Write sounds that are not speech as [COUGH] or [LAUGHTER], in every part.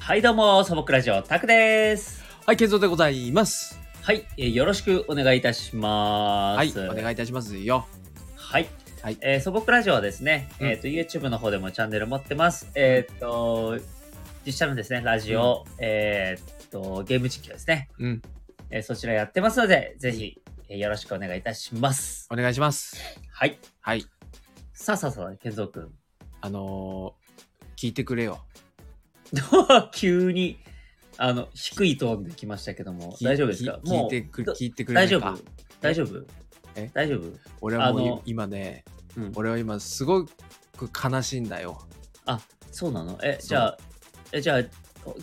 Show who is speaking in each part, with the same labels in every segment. Speaker 1: はい、どうも、素朴ラジオ、タクです。
Speaker 2: はい、健三でございます。
Speaker 1: はい、えーよろしくお願いいたしま
Speaker 2: はい、
Speaker 1: す。
Speaker 2: お願いいたしますよ。
Speaker 1: はい。
Speaker 2: はい
Speaker 1: えー素朴ラジオはですね、
Speaker 2: うん
Speaker 1: えっ、と、YouTube の方でもチャンネル持ってます。えっ、と、実写のですね、ラジオ、えっ、と、ゲーム実況ですね、
Speaker 2: うん、
Speaker 1: えーそちらやってますので、ぜひ、えーよろしくお願いいたします。
Speaker 2: お願いします。
Speaker 1: はい。
Speaker 2: はい、
Speaker 1: さあさあさあ、健三くん。
Speaker 2: あのー、聞いてくれよ。
Speaker 1: [LAUGHS] 急に、あの、低いトーンで来ましたけども、
Speaker 2: き
Speaker 1: 大丈夫ですか
Speaker 2: き
Speaker 1: も
Speaker 2: 聞
Speaker 1: う
Speaker 2: いてく
Speaker 1: ど
Speaker 2: 聞いてくれな
Speaker 1: 大
Speaker 2: い
Speaker 1: 丈
Speaker 2: か。
Speaker 1: 夫大丈夫
Speaker 2: え
Speaker 1: 大丈夫
Speaker 2: 俺はもう
Speaker 1: あ
Speaker 2: い
Speaker 1: の
Speaker 2: 今ね、
Speaker 1: うん
Speaker 2: 俺は今すごく悲しいん
Speaker 1: [LAUGHS]
Speaker 2: だよ。
Speaker 1: そうなのえ
Speaker 2: そう
Speaker 1: じゃあえじゃあ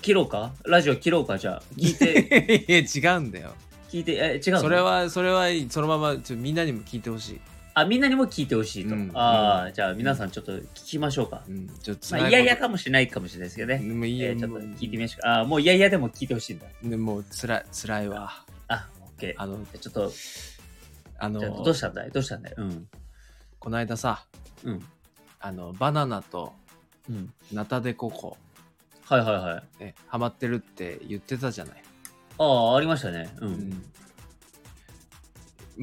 Speaker 1: 切ろうかラジオ切ろうかじゃあ聞い
Speaker 2: [LAUGHS]
Speaker 1: て
Speaker 2: いや違うんだよ。
Speaker 1: 聞いてえ違うの
Speaker 2: それはそれはそのままちょみんなにも聞いてほしい。
Speaker 1: あみんなにも聞いてほしいと、
Speaker 2: うん
Speaker 1: ああじゃあ
Speaker 2: ん
Speaker 1: 皆さんちょっと聞きましょうか、
Speaker 2: うん、ちょっとつ
Speaker 1: ま
Speaker 2: な
Speaker 1: あ、
Speaker 2: い
Speaker 1: いやいやかもしれないかもしれないですけどね、
Speaker 2: もういい
Speaker 1: え
Speaker 2: よ、
Speaker 1: ーちょっと
Speaker 2: もう
Speaker 1: 聞いてみましょうかあーもういやいやでも聞いてほしいんだ
Speaker 2: ねもうつらつらいわ。
Speaker 1: あオッケー
Speaker 2: あの
Speaker 1: じゃあちょっと
Speaker 2: あの
Speaker 1: じゃあどうしたんだいどうしたんだいうん
Speaker 2: この間さ、
Speaker 1: うん
Speaker 2: あのバナナと
Speaker 1: うん
Speaker 2: ナタデココ。
Speaker 1: はいはいはい
Speaker 2: ね、ハマってるって言ってたじゃない。
Speaker 1: ああありましたねうん、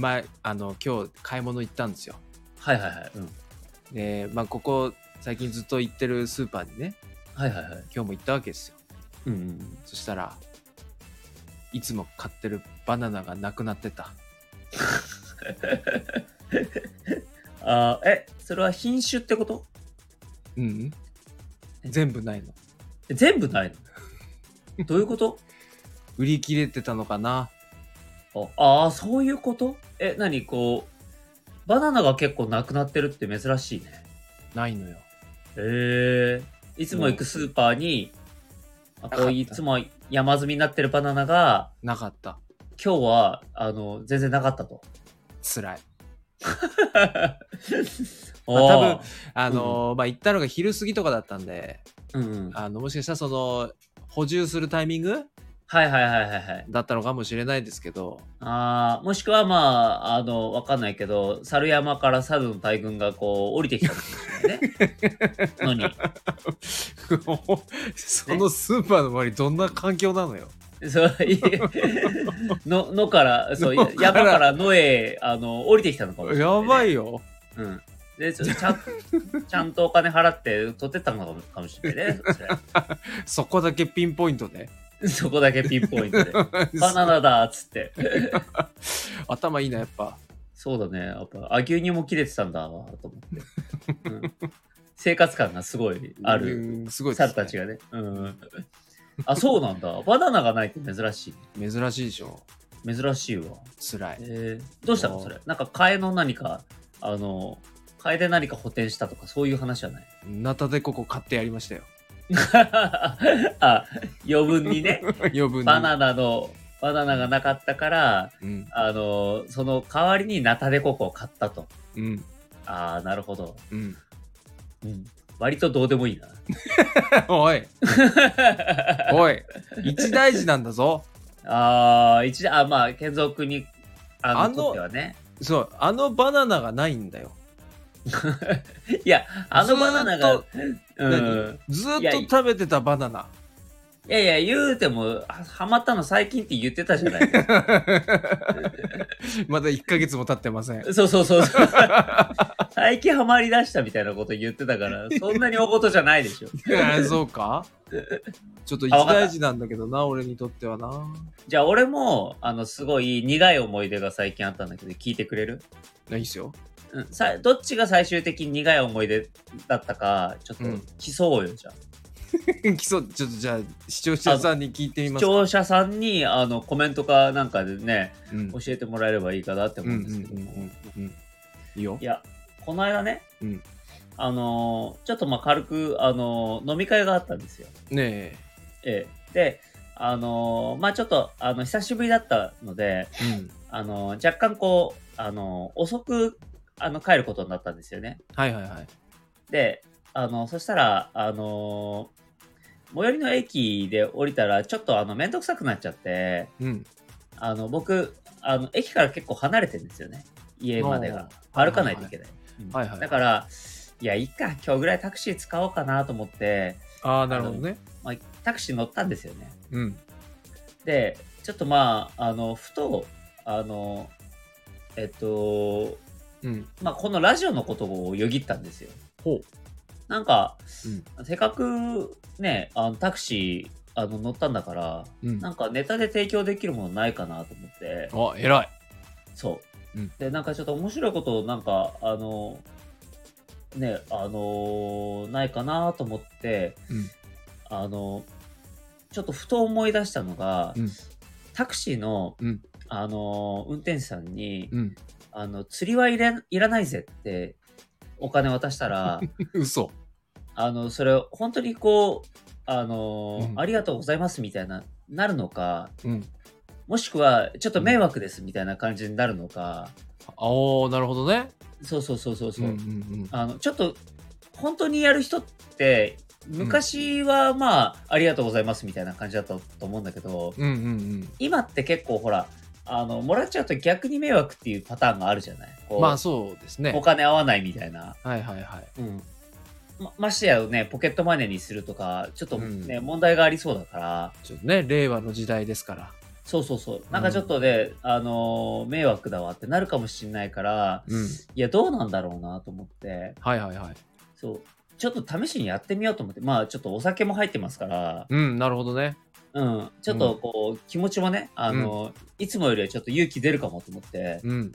Speaker 2: 前あの今日買い物行ったんですよ。
Speaker 1: はいはいはいうん
Speaker 2: で、まあ、ここ最近ずっと行ってるスーパーにね
Speaker 1: はいはいはい
Speaker 2: 今日も行ったわけですよ。
Speaker 1: うんうん
Speaker 2: そしたらいつも買ってるバナナがなくなってた。
Speaker 1: あーえそれは品種ってこと
Speaker 2: うん、
Speaker 1: え
Speaker 2: 全部ないの。
Speaker 1: え全部ない
Speaker 2: [LAUGHS]
Speaker 1: のどういうこと
Speaker 2: 売り切れてたのかな
Speaker 1: ああーそういうことえ何こうバナナが結構なくなってるって珍しいね
Speaker 2: ないのよ。
Speaker 1: へえいつも行くスーパーに、あこ
Speaker 2: なか
Speaker 1: う
Speaker 2: った
Speaker 1: いつも山積みになってるバナナが
Speaker 2: なかった。
Speaker 1: 今日はあの全然なかったと
Speaker 2: つらい。
Speaker 1: おー
Speaker 2: 多分あのーまあ行ったのが昼過ぎとかだったんで
Speaker 1: うんうん、
Speaker 2: あのもしかしたらその補充するタイミング
Speaker 1: はいはいはいはいはい
Speaker 2: だったのかもしれないですけど
Speaker 1: あーもしくはまああのわかんないけど猿山から猿の大群がこう降りてきたのかもしれないねの
Speaker 2: [LAUGHS]
Speaker 1: に
Speaker 2: そのスーパーの周りどんな環境な
Speaker 1: [LAUGHS]
Speaker 2: のよ
Speaker 1: そう、
Speaker 2: [LAUGHS]
Speaker 1: いの、のから、そう、
Speaker 2: のから
Speaker 1: 山から野へ、あの、降りてきたのかもしれない、
Speaker 2: やば
Speaker 1: い。
Speaker 2: いよ
Speaker 1: うん。で、ちょちゃ
Speaker 2: [LAUGHS]
Speaker 1: ん、ちゃんとお金払って取ってったのかもかもしれないね。そ
Speaker 2: そこだけピンポイントで
Speaker 1: れそこだけピンポイン
Speaker 2: [LAUGHS]
Speaker 1: トで。バナナだっつって。
Speaker 2: 頭いいなやっぱ
Speaker 1: そうだね。やっぱ、あ、牛乳も切れてたんだわ、と思って。うん、生活感がすごいある。
Speaker 2: うんすごいですね
Speaker 1: 猿たちがね。うん。あ、そうなんだ。バナナがないって珍し
Speaker 2: 珍しいでしょ
Speaker 1: い。珍しいわ。
Speaker 2: つらい
Speaker 1: えーどうしたの
Speaker 2: あー
Speaker 1: それなんか替えの何かあの替えで何か補填したとかそういう話はない [LAUGHS]
Speaker 2: ナタデココ買ってやりましたよ
Speaker 1: あ余分にね
Speaker 2: 余分に
Speaker 1: バナナのバナナがなかったから
Speaker 2: うん
Speaker 1: あのその代わりにナタデココを買ったと
Speaker 2: うん
Speaker 1: ああなるほど、
Speaker 2: うん [LAUGHS]
Speaker 1: うん、割とどうでもいいな [LAUGHS]
Speaker 2: おいおい一大事なんだぞ
Speaker 1: ああ一度あまあ健三君にあの
Speaker 2: あの
Speaker 1: とってはね
Speaker 2: そうあのバナナがないんだよ
Speaker 1: [LAUGHS] いやあのバナナが
Speaker 2: ず
Speaker 1: うん
Speaker 2: ずー
Speaker 1: いやい
Speaker 2: っと食べてたバナナ [LAUGHS]
Speaker 1: いやいや言うてもあハマったの最近って言ってたじゃない
Speaker 2: まだ1ヶ月も経ってません
Speaker 1: そうそうそうそう。最近ハマりだしたみたいなこと言ってたから、そんなにおことじゃないでしょ。
Speaker 2: えーそうかちょっと一大事なんだけどな、俺にとってはな。
Speaker 1: じゃあ俺も、あの、すごい苦い思い出が最近あったんだけど、聞いてくれる
Speaker 2: ないいっすよ。 [LAUGHS]
Speaker 1: うん。さどっちが最終的に苦い思い出だったか、ちょっと
Speaker 2: うん
Speaker 1: 競おうよ、じゃあ。
Speaker 2: 基礎、ちょっとじゃあ、視聴者さんに聞いてみ
Speaker 1: 視
Speaker 2: ますか。
Speaker 1: 聴者さんに、あの、コメントかなんかでね、
Speaker 2: うん
Speaker 1: 教えてもらえればいいかなって
Speaker 2: う
Speaker 1: 思う
Speaker 2: んうんん
Speaker 1: ですけども。
Speaker 2: うんうん。いいよ
Speaker 1: い。や、この間ね、
Speaker 2: うん
Speaker 1: あのーちょっとまあ軽く、あのー飲み会があったんですよ。
Speaker 2: ね
Speaker 1: ええ、で、あのーまあちょっと、あの、久しぶりだったので、
Speaker 2: え。うん。
Speaker 1: あのー若干こう、あのー遅く、あの、帰ることになったんですよね。
Speaker 2: はいはいはい。
Speaker 1: で、あのそしたら、あのー最寄りの駅で降りたら、ちょっとあの、めんどくさくなっちゃって、
Speaker 2: うん。
Speaker 1: あの、僕、あの、駅から結構離れてるんですよね。家までが。歩かないといけない。うん
Speaker 2: はいはい
Speaker 1: だから、いや、いいか、今日ぐらいタクシー使おうかなと思って、
Speaker 2: ああ、なるほどね。
Speaker 1: まあ、タクシー乗ったんですよね。
Speaker 2: うん。
Speaker 1: で、ちょっとまあ、あの、ふと、あの、えっと、
Speaker 2: うん。
Speaker 1: まあ、このラジオのことをよぎったんですよ。
Speaker 2: ほ
Speaker 1: なんか、せっかくね、あのタクシーあの乗ったんだから、
Speaker 2: う。うん。
Speaker 1: な
Speaker 2: あ、
Speaker 1: んかネタで提供できるものないかなと思って、
Speaker 2: 偉い。
Speaker 1: そう。
Speaker 2: うん
Speaker 1: で、なんかちょっと面白いことを、なんか、あの、ね、あのないかなと思って、
Speaker 2: うん
Speaker 1: あの、ちょっとふと思い出したのが、
Speaker 2: うん
Speaker 1: タクシーの、
Speaker 2: うん
Speaker 1: あの運転手さんに、
Speaker 2: うん。 [LAUGHS]
Speaker 1: あの、釣りはいらいらないぜって、お金渡した
Speaker 2: [LAUGHS]
Speaker 1: ら、
Speaker 2: 嘘。
Speaker 1: あの、それ、本当にこう、あの、
Speaker 2: うん
Speaker 1: ありがとうございますみたいな、なるのか、
Speaker 2: うん。
Speaker 1: もしくは、ちょっと迷惑ですみたいな感じになるのか、
Speaker 2: ああ、なるほどね。
Speaker 1: そうそうそうそうそう、
Speaker 2: うんうん
Speaker 1: あの、ちょっと、本当にやる人って、昔はまあ、ありがとうございますみたいな感じだったと思うんだけど、
Speaker 2: うん。うんうん
Speaker 1: 今って結構ほら、あの、もらっちゃうと逆に迷惑っていうパターンがあるじゃないこ
Speaker 2: う。
Speaker 1: うん
Speaker 2: まあそうですね
Speaker 1: お。金合わないみたいな。
Speaker 2: はいはいはい。
Speaker 1: まましてやね、ポケットマネーにするとか、ちょっとね、
Speaker 2: うん
Speaker 1: 問題がありそうだから、
Speaker 2: ちょっとね、令和の時代ですから。
Speaker 1: そうそうそう、なんかちょっとね、あのー迷惑だわってなるかもしれないから、
Speaker 2: うん。
Speaker 1: いや、どうなんだろうなと思って、
Speaker 2: はいはいはい。
Speaker 1: そう、ちょっと試しにやってみようと思って、まあ、ちょっとお酒も入ってますから、
Speaker 2: うん、なるほどね。
Speaker 1: うん、ちょっとこう、気持ちもね、あのーいつもよりはちょっと勇気出るかもと思って、
Speaker 2: うん。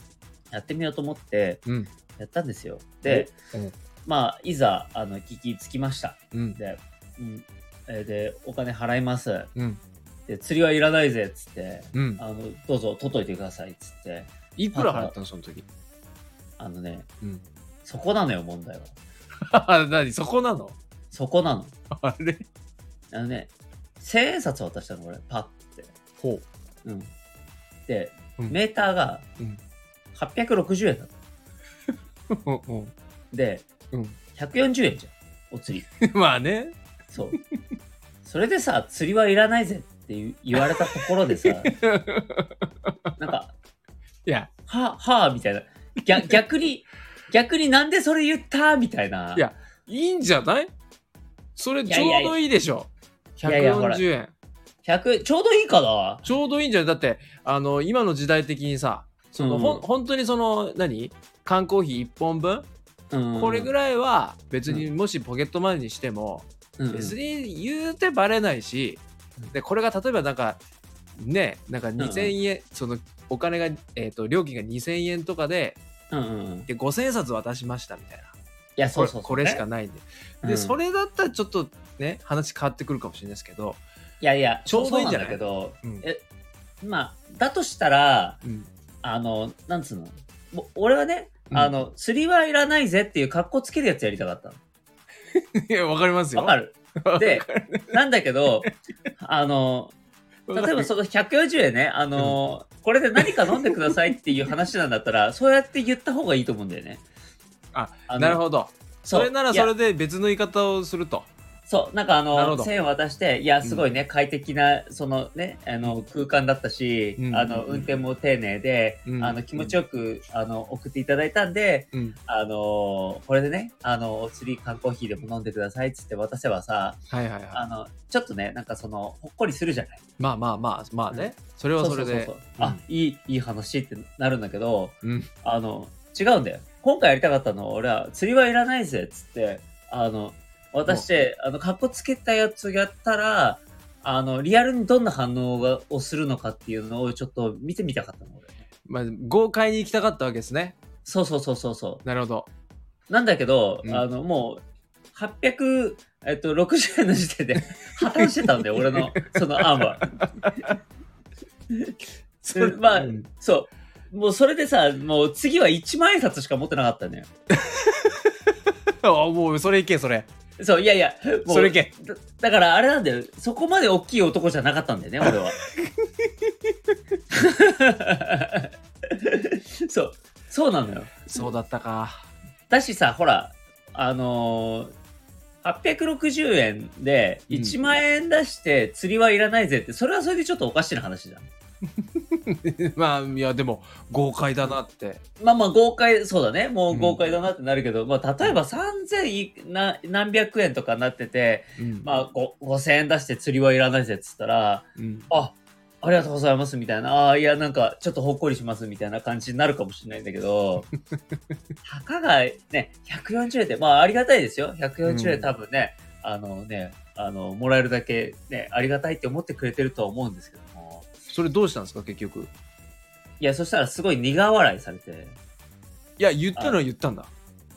Speaker 1: やってみようと思って、
Speaker 2: うん。
Speaker 1: やったんですよ。で、
Speaker 2: うん
Speaker 1: まあ、いざ、あの、聞きつきました。
Speaker 2: うん。
Speaker 1: で、うん、えーで、お金払います。
Speaker 2: うん。
Speaker 1: で釣りはいらないぜっつって
Speaker 2: うん。
Speaker 1: あのどうぞ取っといてくださいっつって
Speaker 2: いくら払ったのその時。
Speaker 1: あのね
Speaker 2: [LAUGHS] うん。
Speaker 1: そこなのよ問題は
Speaker 2: なに、そこなの [LAUGHS]
Speaker 1: そこなの
Speaker 2: あれ
Speaker 1: あのね千円札渡したの俺パッて
Speaker 2: ほう。
Speaker 1: うんで、
Speaker 2: うん
Speaker 1: メーターが
Speaker 2: うん
Speaker 1: 860円だった
Speaker 2: うん
Speaker 1: で、
Speaker 2: うん
Speaker 1: 140円じゃんお釣り
Speaker 2: うん。 [LAUGHS] まあね。 [LAUGHS]
Speaker 1: そう [LAUGHS] それでさ釣りはいらないぜって言う言われたところで
Speaker 2: [LAUGHS]
Speaker 1: さなんか
Speaker 2: いや、
Speaker 1: はあはあみたいな逆逆に逆になんでそれ言ったみたいない
Speaker 2: やいいんじゃないそれ
Speaker 1: い
Speaker 2: ち
Speaker 1: や
Speaker 2: ょ
Speaker 1: いや
Speaker 2: うどいいでしょ。
Speaker 1: いやいやほら
Speaker 2: 140円。
Speaker 1: 100ちょうどいいかな
Speaker 2: ちょうどいいんじゃないだって、あの、今の時代的にさ、その、ほ
Speaker 1: うん
Speaker 2: ん、本当にその、何缶コーヒー1本分、これぐ
Speaker 1: らい、
Speaker 2: らいは別にもしポケットマネーにしても、
Speaker 1: うん
Speaker 2: 別に言うてバレないし、
Speaker 1: うん
Speaker 2: でこれが例えばなんかねなんか2,000円、そのお金が、えー、と料金が2,000円とかで
Speaker 1: うんうんうん、い
Speaker 2: で5,000冊渡しましたみたいな
Speaker 1: やそうそうそう、
Speaker 2: これこれしかないんで,、
Speaker 1: う
Speaker 2: で
Speaker 1: ん
Speaker 2: それだったらちょっとね話変わってくるかもしれないですけど、
Speaker 1: いやいや
Speaker 2: ちょうどいいんじゃない
Speaker 1: そうなんだ
Speaker 2: うん
Speaker 1: えけどまあだとしたら
Speaker 2: うん [LAUGHS]
Speaker 1: あのなんつうのも俺はね、
Speaker 2: うん
Speaker 1: あの釣りはいらないぜっていう格好つけるやつやりたかったの
Speaker 2: いやわかりますよ。
Speaker 1: わか
Speaker 2: [LAUGHS]
Speaker 1: るで
Speaker 2: わかる
Speaker 1: なんだけどあの
Speaker 2: [LAUGHS] わ
Speaker 1: 例
Speaker 2: か
Speaker 1: えば
Speaker 2: る
Speaker 1: その140円ねあの、これで何か飲んでくださいっていう話なんだった
Speaker 2: [LAUGHS]
Speaker 1: らそうやって言った方がいいと思うんだよね
Speaker 2: あ
Speaker 1: あの
Speaker 2: なるほど
Speaker 1: そう
Speaker 2: それなら
Speaker 1: いや
Speaker 2: それで別の言い方をすると。
Speaker 1: そう、なんかあ
Speaker 2: なるほ
Speaker 1: の、
Speaker 2: ど
Speaker 1: 1000円渡して、いや、すごいね、快適な、そのね、あの、空間だったし
Speaker 2: う、ん
Speaker 1: あの、
Speaker 2: うん
Speaker 1: 運転も丁寧で
Speaker 2: う、ん
Speaker 1: あの、気持ちよく、あの、送っていただいたんで、
Speaker 2: うん
Speaker 1: あの、これでね、あの、お釣り缶コーヒーでも飲んでくださいっつって渡せばさ、
Speaker 2: はいはい
Speaker 1: あ
Speaker 2: はい。
Speaker 1: の、ちょっとね、なんかその、ほっこりするじゃない
Speaker 2: まあまあまあまあね、それはそれで。
Speaker 1: ううううあ、いい、いい話ってなるんだけど、
Speaker 2: うん
Speaker 1: あの、違うんだよ。今回やりたかったのは、俺は釣りはいらないぜっつって、あの、渡して、あの、かっこつけたやつやったら、あの、リアルにどんな反応がをするのかっていうのをちょっと見てみたかったの、俺。
Speaker 2: まあ、豪快に行きたかったわけですね。
Speaker 1: そうそうそうそうそ
Speaker 2: なるほど。
Speaker 1: う。なんだけど、
Speaker 2: うん
Speaker 1: あの、もう、800、えっと、60円の時点で [LAUGHS] 破綻してたんだよ、俺
Speaker 2: [LAUGHS]
Speaker 1: の、その案は。
Speaker 2: それ
Speaker 1: [LAUGHS] まあ
Speaker 2: うん
Speaker 1: そう。もうそれでさ、もう次は1万円札しか持ってなかったんだよ。
Speaker 2: [LAUGHS] あもうそれいけそれ
Speaker 1: そう、いやいや、もう
Speaker 2: それいけ
Speaker 1: だだからあれなんだよそこまで大きい男じゃなかったんだよね
Speaker 2: [LAUGHS]
Speaker 1: 俺はそうそうなのよ
Speaker 2: そうだったか
Speaker 1: だしさほらあのー、860円で
Speaker 2: うん
Speaker 1: 1万円出して釣りはいらないぜって、それはそれでちょっとおかしな話じゃん
Speaker 2: [LAUGHS] まあいやでも豪快だなって
Speaker 1: まあまあ豪快、そうだね。もう豪快だなってなるけど、まあ例えば3000いな何百円とかなってて、
Speaker 2: うん
Speaker 1: まあご5000円出して釣りはいらないぜっつったら、
Speaker 2: うん
Speaker 1: あ、ありがとうございますみたいな、あーいやなんかちょっとほっこりしますみたいな感じになるかもしれないんだけ
Speaker 2: [LAUGHS]
Speaker 1: ど、たかがね、140円って、まあありがたいですよ。140
Speaker 2: う
Speaker 1: 円
Speaker 2: ん
Speaker 1: 多分ね、あのね、あの、もらえるだけね、ありがたいって思ってくれてるとは思うんですけども、
Speaker 2: それどうしたんですか結局
Speaker 1: いや、そしたらすごい苦笑いされて、
Speaker 2: いや言ったのは言ったんだ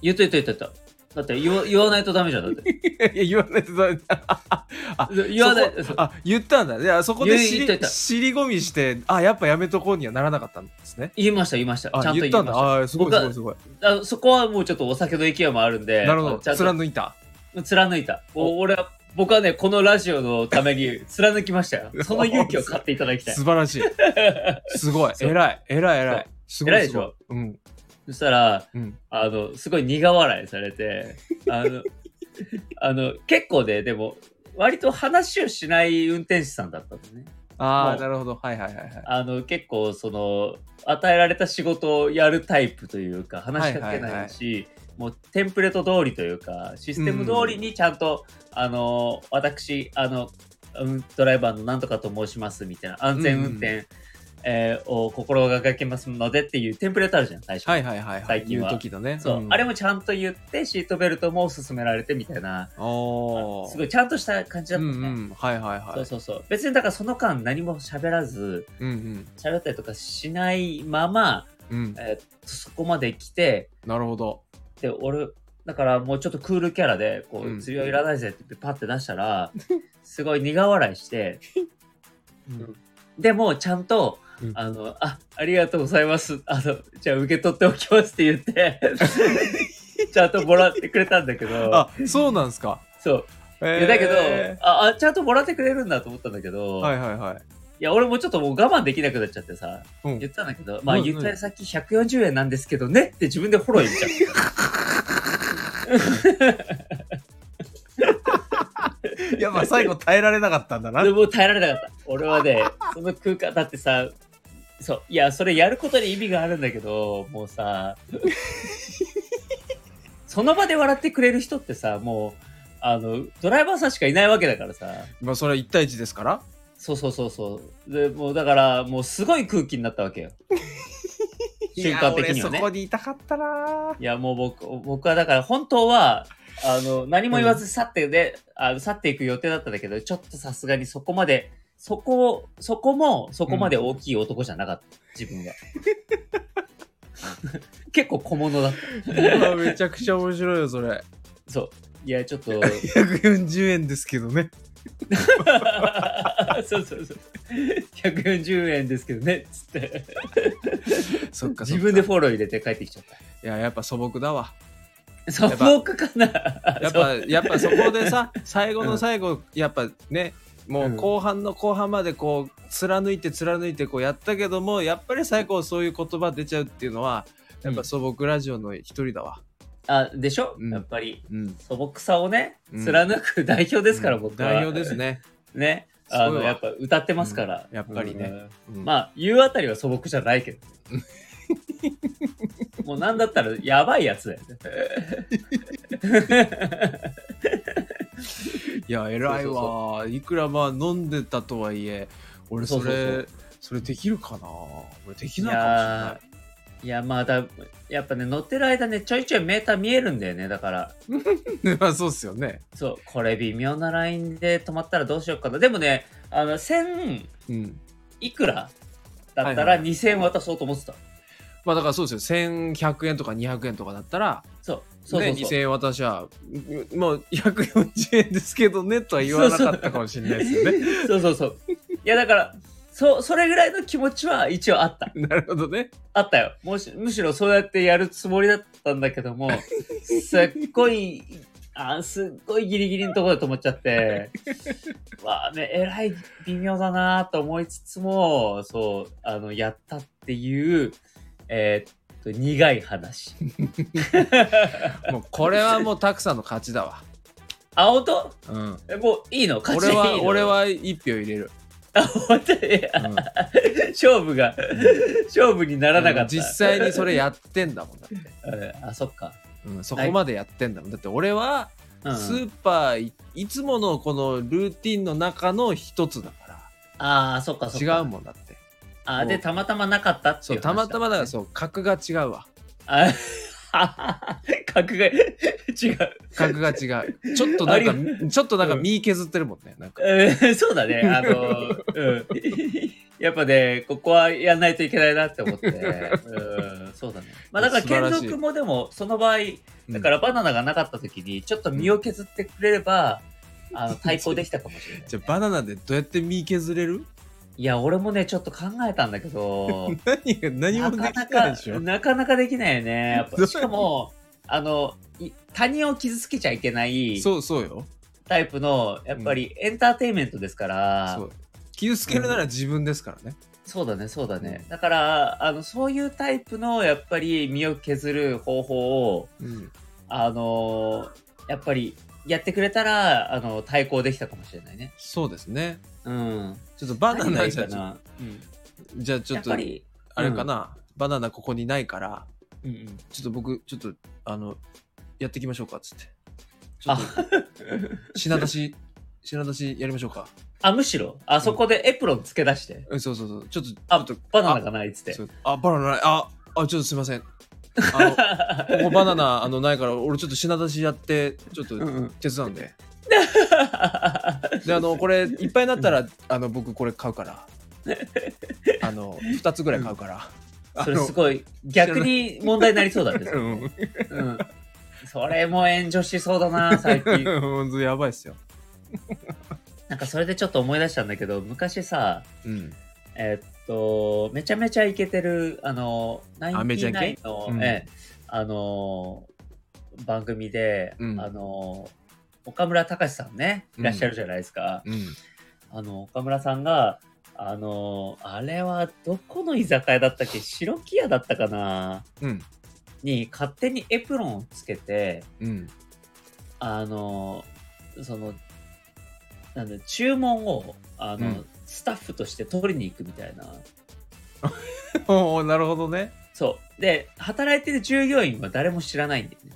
Speaker 1: 言っといた言っといた。だって言わ言わないとダメじゃん。だって。
Speaker 2: [LAUGHS] いや言わないとダメだあ
Speaker 1: 言わない
Speaker 2: そこあ言ったんだいやそこで
Speaker 1: 言う
Speaker 2: 尻
Speaker 1: 言っといた
Speaker 2: 尻込みしてあやっぱやめとこうにはならなかったんですね
Speaker 1: 言いました、言いました。ちゃ
Speaker 2: あ
Speaker 1: んと言
Speaker 2: 言
Speaker 1: い
Speaker 2: った
Speaker 1: ま
Speaker 2: ん
Speaker 1: し
Speaker 2: だ
Speaker 1: た。
Speaker 2: あすごい
Speaker 1: 僕は
Speaker 2: すごいすごい
Speaker 1: あそこはもうちょっとお酒の勢いもあるんで、
Speaker 2: なるほど
Speaker 1: ちゃんと
Speaker 2: 貫いた
Speaker 1: 貫いた。お俺は、僕はね、このラジオのために [LAUGHS] 貫きましたよ。その勇気を買っていただきたい。
Speaker 2: 素晴らしい
Speaker 1: [LAUGHS]
Speaker 2: すごい
Speaker 1: そう
Speaker 2: 偉い偉い
Speaker 1: そ
Speaker 2: 偉
Speaker 1: う
Speaker 2: いすご
Speaker 1: 偉い
Speaker 2: い
Speaker 1: ですし
Speaker 2: ごい
Speaker 1: ょ
Speaker 2: うん
Speaker 1: そしたら、
Speaker 2: うん
Speaker 1: あの、すごい苦笑いされて、あの、あの結構ね、でも、割と話をしない運転手さんだったのね。
Speaker 2: あ
Speaker 1: も
Speaker 2: あ
Speaker 1: う
Speaker 2: なるほどはいはいはいはい
Speaker 1: あの結構その与えられた仕事をやるタイプというか話しかけ
Speaker 2: はいはい
Speaker 1: な
Speaker 2: はいい
Speaker 1: し、もうテンプレート通りというかシステム通りにちゃんと、あの私あのうんドライバーのなんとかと申しますみたいな安全運転、えーを心がけますのでっていうテンプレートあるじゃん最初、
Speaker 2: はいはいはいはい
Speaker 1: 最近は
Speaker 2: 言う時だね
Speaker 1: そう、
Speaker 2: ん
Speaker 1: あれもちゃんと言ってシートベルトも勧められてみたいな
Speaker 2: おー
Speaker 1: すごいちゃんとした感じだ
Speaker 2: う
Speaker 1: った
Speaker 2: ん
Speaker 1: の
Speaker 2: う
Speaker 1: ね、
Speaker 2: んはいはいは
Speaker 1: そう
Speaker 2: い
Speaker 1: そうそう別にだからその間何も喋らず
Speaker 2: うん
Speaker 1: 喋ったりとかしないまま
Speaker 2: うんうん
Speaker 1: えっとそこまで来て
Speaker 2: なるほど
Speaker 1: で俺だからもうちょっとクールキャラでこう、
Speaker 2: うん
Speaker 1: 釣りはいらないぜって言ってパッて出したらすごい苦笑いして
Speaker 2: うん
Speaker 1: でもちゃんと、
Speaker 2: うん
Speaker 1: あのあありがとうございますあのじゃあ受け取っておきますって言って
Speaker 2: [LAUGHS]
Speaker 1: ちゃんともらってくれたんだけど
Speaker 2: あそうなんすか
Speaker 1: そうい
Speaker 2: え
Speaker 1: やだけど、
Speaker 2: ー
Speaker 1: ああちゃんともらってくれるんだと思ったんだけど、
Speaker 2: はい
Speaker 1: い、
Speaker 2: はいはい
Speaker 1: や俺もちょっともう我慢できなくなっちゃってさ
Speaker 2: うん
Speaker 1: 言ったんだけど、まあ
Speaker 2: うん
Speaker 1: 言った先140円なんですけどねって自分でフォロー入れちゃった
Speaker 2: いやまあ最後耐えられなかったんだな
Speaker 1: でもう耐えられなかった。俺はね、 [LAUGHS] その空間だってさ、そう、いや、それやることに意味があるんだけど、もう
Speaker 2: [LAUGHS]
Speaker 1: さ、その場で笑ってくれる人ってさ、もう、あの、ドライバーさんしかいないわけだからさ、
Speaker 2: まあそれは1対1ですから
Speaker 1: そうそうそうそう。で、もうだから、もうすごい空気になったわけよ。瞬間的にはね
Speaker 2: [LAUGHS] いや俺そこにいたかった
Speaker 1: [LAUGHS]
Speaker 2: ない
Speaker 1: や、もう僕、僕はだから本当は、あの、何も言わず去ってで、あの去っていく予定だったんだけど、ちょっとさすがにそこまで、そこ、そこも、そこまで大きい男じゃなかった、自分が。 [LAUGHS] 結構小物だった。
Speaker 2: うわめちゃくちゃ面白いよそれ
Speaker 1: そう。いや、
Speaker 2: [LAUGHS]
Speaker 1: ちょっと。
Speaker 2: 140円ですけどね
Speaker 1: そうそうそう。140円ですけどね、つって。
Speaker 2: そっかそ
Speaker 1: 自
Speaker 2: っか
Speaker 1: 分でフォロー入れて帰ってきちゃっ
Speaker 2: いややっぱ素朴だわ
Speaker 1: た。そう、
Speaker 2: やっぱ
Speaker 1: 僕かな。
Speaker 2: [LAUGHS] や
Speaker 1: そ
Speaker 2: っ
Speaker 1: う
Speaker 2: ぱやっぱそこでさ最後の最後、やっぱねもう
Speaker 1: うん
Speaker 2: 後半の後半までこう貫いて貫いてこうやったけどもやっぱり最後そういう言葉出ちゃうっていうのはやっぱ素朴ラジオの一人だわ、
Speaker 1: あ、でしょ、
Speaker 2: うん
Speaker 1: やっぱり。
Speaker 2: うん、
Speaker 1: 素朴さをね、
Speaker 2: うん
Speaker 1: 貫く代表ですから、僕は。
Speaker 2: 代表です。ね
Speaker 1: ね。
Speaker 2: すごいわ
Speaker 1: あの、やっぱ歌ってますから。
Speaker 2: うんやっぱりね
Speaker 1: うん
Speaker 2: うん
Speaker 1: まあ、言うあたりは素朴じゃない
Speaker 2: [LAUGHS]
Speaker 1: けど。もうなんだったらやばいやつだよね。
Speaker 2: いや偉いわ
Speaker 1: そう
Speaker 2: いくらまあ飲んでたとはいえ俺それ
Speaker 1: そ
Speaker 2: そう
Speaker 1: そう
Speaker 2: れできるかな俺できない
Speaker 1: い
Speaker 2: か
Speaker 1: やーいや、まあだ、やっぱね、乗ってる間ね、ちょいちょいメーター見えるんだよね、だから。
Speaker 2: もしれない [LAUGHS] まあそうっすよね
Speaker 1: そう、これ微妙なラインで止まったらどうしようかな。でもね、あの、1000
Speaker 2: うん
Speaker 1: いくらだった
Speaker 2: はいは
Speaker 1: ら
Speaker 2: い
Speaker 1: 2000渡そうと思ってた。
Speaker 2: まあだからそうですよ1100円とか200円とかだったら
Speaker 1: そう、そうそう
Speaker 2: ね、
Speaker 1: そう
Speaker 2: 2000。円渡しはうもう140円ですけどねとは言わなかったかもしれないですよね。
Speaker 1: [LAUGHS] そうそうそう。いやだから、そ、それぐらいの気持ちは一応あった。
Speaker 2: なるほどね。
Speaker 1: あったよ。もし、むしろそうやってやるつもりだったんだけど
Speaker 2: [LAUGHS]
Speaker 1: も、すっごい、あすっごいギリギリのところで止まっちゃ
Speaker 2: [LAUGHS]
Speaker 1: って、わあね、えらい微妙だなと思いつつも、そう、あの、やったっていう、えーっと、苦い話。
Speaker 2: もうこれはもうたくさんの勝ちだわ。
Speaker 1: あ、本当
Speaker 2: うん、
Speaker 1: えもういいの勝ちで
Speaker 2: 俺
Speaker 1: いい
Speaker 2: は
Speaker 1: の
Speaker 2: 俺は1票入れる。
Speaker 1: あ、 [LAUGHS] 本当に、 [LAUGHS]
Speaker 2: うん
Speaker 1: 勝負が、勝負にならなかった。
Speaker 2: 実際にそれやってんだもんだって、
Speaker 1: うんあ、そっか。
Speaker 2: うん、そこまでやってんだもんだって俺は
Speaker 1: うん、
Speaker 2: スーパーいいつものこのルーティンの中の一つだか
Speaker 1: ああ、そっからそっ
Speaker 2: 違
Speaker 1: か。
Speaker 2: うもんだって
Speaker 1: あで、たまたまなかったって
Speaker 2: そ
Speaker 1: いうう話
Speaker 2: たまたまだから
Speaker 1: う。
Speaker 2: そう格が違うわ
Speaker 1: あ格が違う。
Speaker 2: 格が違うちょっとなん
Speaker 1: あ
Speaker 2: かちょっとなんか
Speaker 1: うん
Speaker 2: 身削ってるもんねなんか
Speaker 1: うんそう
Speaker 2: [LAUGHS]
Speaker 1: だね。あの、うん。やっぱね、ここはやんないといけないなって思って。うん、そうだね。まあだから、
Speaker 2: 素晴ら
Speaker 1: 健
Speaker 2: しい
Speaker 1: 三君もでも、その場合、だからバナナがなかった時に、ちょっと身を削ってくれれば、あの対抗できたかもしれない。
Speaker 2: じゃあバナナでどうやって身削れる [LAUGHS]
Speaker 1: いや、俺もね、ちょっと考えたんだけど、
Speaker 2: 何が何も
Speaker 1: な
Speaker 2: で
Speaker 1: かな
Speaker 2: きない
Speaker 1: か
Speaker 2: でしょ、
Speaker 1: なかなかできないよ
Speaker 2: [LAUGHS]
Speaker 1: ね。やっ
Speaker 2: どうい
Speaker 1: ぱ
Speaker 2: う
Speaker 1: しかも、あの、い他人を傷つけちゃいけない
Speaker 2: そうそうよ
Speaker 1: タイプの、やっぱりエンターテインメントですから、
Speaker 2: そう傷つけるなら自分ですからね、
Speaker 1: そうだね、そうだね。だから、あの、そういうタイプの、やっぱり身を削る方法を、
Speaker 2: うん
Speaker 1: あの、やっぱりやってくれたら、あの、対抗できたかもしれないね。
Speaker 2: そうですね
Speaker 1: うん。
Speaker 2: ちょっとバナ
Speaker 1: 何が
Speaker 2: ナ
Speaker 1: いい
Speaker 2: じゃ
Speaker 1: か
Speaker 2: あ
Speaker 1: な。うん
Speaker 2: じゃあちょ
Speaker 1: やっ
Speaker 2: っと
Speaker 1: ぱり、
Speaker 2: あれかな、バナナここにないから
Speaker 1: うんうん。
Speaker 2: ちょっと僕ちょっとあのやっていきましょうかっつってちょ
Speaker 1: あ
Speaker 2: っと [LAUGHS] 品出し品出しやりましょうか
Speaker 1: あ、むしろ、あそこでエプロンつけ出して。
Speaker 2: うんそうそうそうちょっと
Speaker 1: あ
Speaker 2: ちょっと、
Speaker 1: バナナがないっつって [LAUGHS]
Speaker 2: そ。うあバナナないああちょっとすいませんあのここバナナあのないから俺ちょっと品出しやってちょっと
Speaker 1: うん [LAUGHS] うん
Speaker 2: 手伝うんで、であのこれいっぱいになったらあの僕これ買うからあの2つぐらい買うから、あ
Speaker 1: それ
Speaker 2: の
Speaker 1: すごい、逆に問題になりそうだね。
Speaker 2: うん
Speaker 1: うん。それも炎上しそうだな、最近。
Speaker 2: [LAUGHS] 本当やばいっすよ、
Speaker 1: なんかそれでちょっと思い出したんだけど、昔さ、
Speaker 2: うん、
Speaker 1: えっと、めちゃめちゃイケてる、あの、
Speaker 2: あめちゃイケ
Speaker 1: 99の、
Speaker 2: うん
Speaker 1: ええあの、番組で、
Speaker 2: うん
Speaker 1: あの、岡村隆史さんね、いらっしゃるじゃないですか。
Speaker 2: うん
Speaker 1: あの、岡村さんが、あの、あれはどこの居酒屋だったっけ白木屋だったかな
Speaker 2: うん
Speaker 1: に勝手にエプロンをつけて、
Speaker 2: うん
Speaker 1: あの、その、なんだ注文を、あの、
Speaker 2: うん
Speaker 1: スタッフとして取りに行くみたいな。
Speaker 2: おーなるほどね
Speaker 1: そう。で、働いてる従業員は誰も知らないんだよね。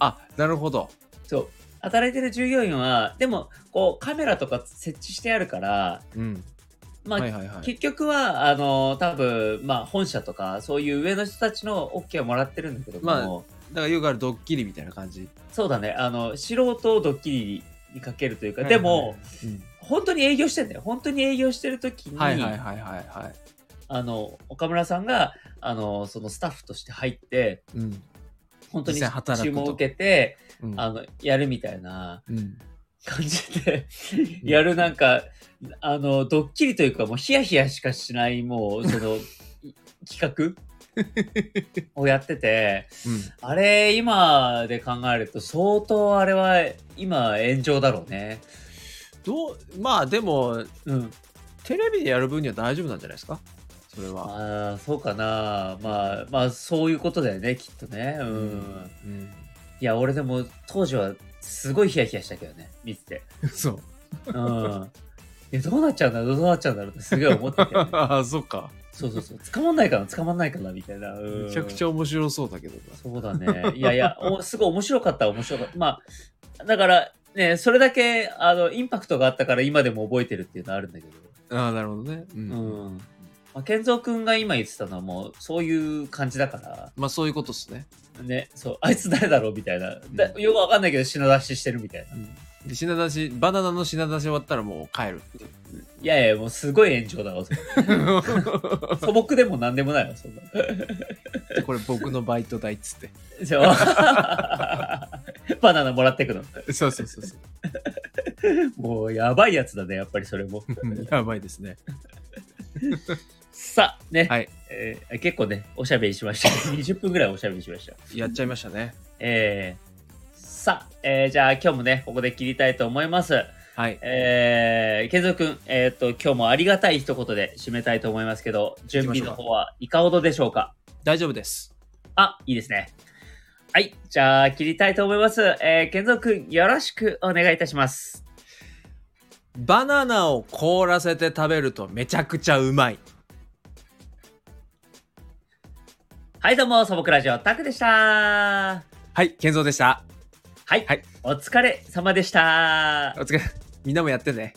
Speaker 2: あなるほど
Speaker 1: そう。働いてる従業員は、でも、こう、カメラとか設置してあるから、
Speaker 2: うん
Speaker 1: まあ、
Speaker 2: はいはいはい
Speaker 1: 結局は、あの、多分、まあ、本社とか、そういう上の人たちの OK をもらってるんだけども、
Speaker 2: まあだからよくあるドッキリみたいな感じ
Speaker 1: そうだね、あの、素人をドッキリにかけるというか、でも、、本当に営業してんだよ。本当に営業してる時に、
Speaker 2: はいはいはいはいは
Speaker 1: あの、岡村さんが、あの、そのスタッフとして入って、
Speaker 2: いうん
Speaker 1: 本当に
Speaker 2: 実際働くと
Speaker 1: 注文を受けて、
Speaker 2: うん
Speaker 1: あの、やるみたいな
Speaker 2: うん
Speaker 1: 感じ
Speaker 2: [LAUGHS]
Speaker 1: で、やるなんか、あの、ドッキリというか、もうヒヤヒヤしかしない、もう、そ
Speaker 2: [LAUGHS]
Speaker 1: の、い企画をやってて、あれ、今で考えると、相当あれは、今、炎上だろうね。
Speaker 2: どうまあでも
Speaker 1: うん。
Speaker 2: テレビでやる分には大丈夫なんじゃないですかそれは、
Speaker 1: まあ、そうかな。まあ、まあ、そういうことだよね、きっとね。うん。
Speaker 2: うん
Speaker 1: いや、俺でも、当時は、すごいヒヤヒヤしたけどね、見てて。
Speaker 2: [LAUGHS] そ
Speaker 1: う
Speaker 2: う
Speaker 1: ん。 [LAUGHS] いや、どうなっちゃうんだろう、どうなっちゃうんだろうって、すごい思ってて、 [LAUGHS] ね。
Speaker 2: あそっか
Speaker 1: そうそうそう。捕まんないかな、捕まんないかな、みたいな。うん
Speaker 2: めちゃくちゃ面白そうだけどな
Speaker 1: そうだね。いやいや、おすごい面白かった、面白かった。まあ、だから、ね、それだけ、あの、インパクトがあったから今でも覚えてるっていうのはあるんだけど。
Speaker 2: ああなるほどね、うん
Speaker 1: うん。まあ、健三くんが今言ってたのはもう、そういう感じだから、
Speaker 2: まあそういうことっすね、
Speaker 1: ね、そう、あいつ誰だろうみたいな。だ
Speaker 2: うん
Speaker 1: よくわかんないけど、品出ししてるみたいな。
Speaker 2: で品出しバナナの品出し終わったらもう帰る [LAUGHS] っていう
Speaker 1: いやいや、もうすごい炎上だわ、それ素朴でもなんでもないわ、そんな。
Speaker 2: でこれ僕のバイト代っつって
Speaker 1: そう [LAUGHS] バナナもらってくの。
Speaker 2: そうそうそうそ
Speaker 1: もう、やばいやつだね、やっぱりそれも。
Speaker 2: うやばいですね
Speaker 1: さあ、ね。
Speaker 2: はい
Speaker 1: えー結構ね、おしゃべりしました。20分ぐら [LAUGHS] いおしゃべりしました。
Speaker 2: やっちゃいましたね
Speaker 1: えーさあ、えーじゃあ今日もね、ここで切りたいと思います。
Speaker 2: はい
Speaker 1: えー、ケンゾくん、えーっと、今日もありがたい一言で締めたいと思いますけど、準備の方はいかほどでしょうか
Speaker 2: 大丈夫です
Speaker 1: あ、いいですね。はい、じゃあ切りたいと思います。えー、ケンゾくん、よろしくお願いいたします。
Speaker 2: バナナを凍らせて食べるとめちゃくちゃうまい。
Speaker 1: はい、どうも、素朴ラジオ、タクでしたは
Speaker 2: はい、健三でした。
Speaker 1: い、
Speaker 2: はい
Speaker 1: お疲れ様でした
Speaker 2: お疲れ。みんなもやってね。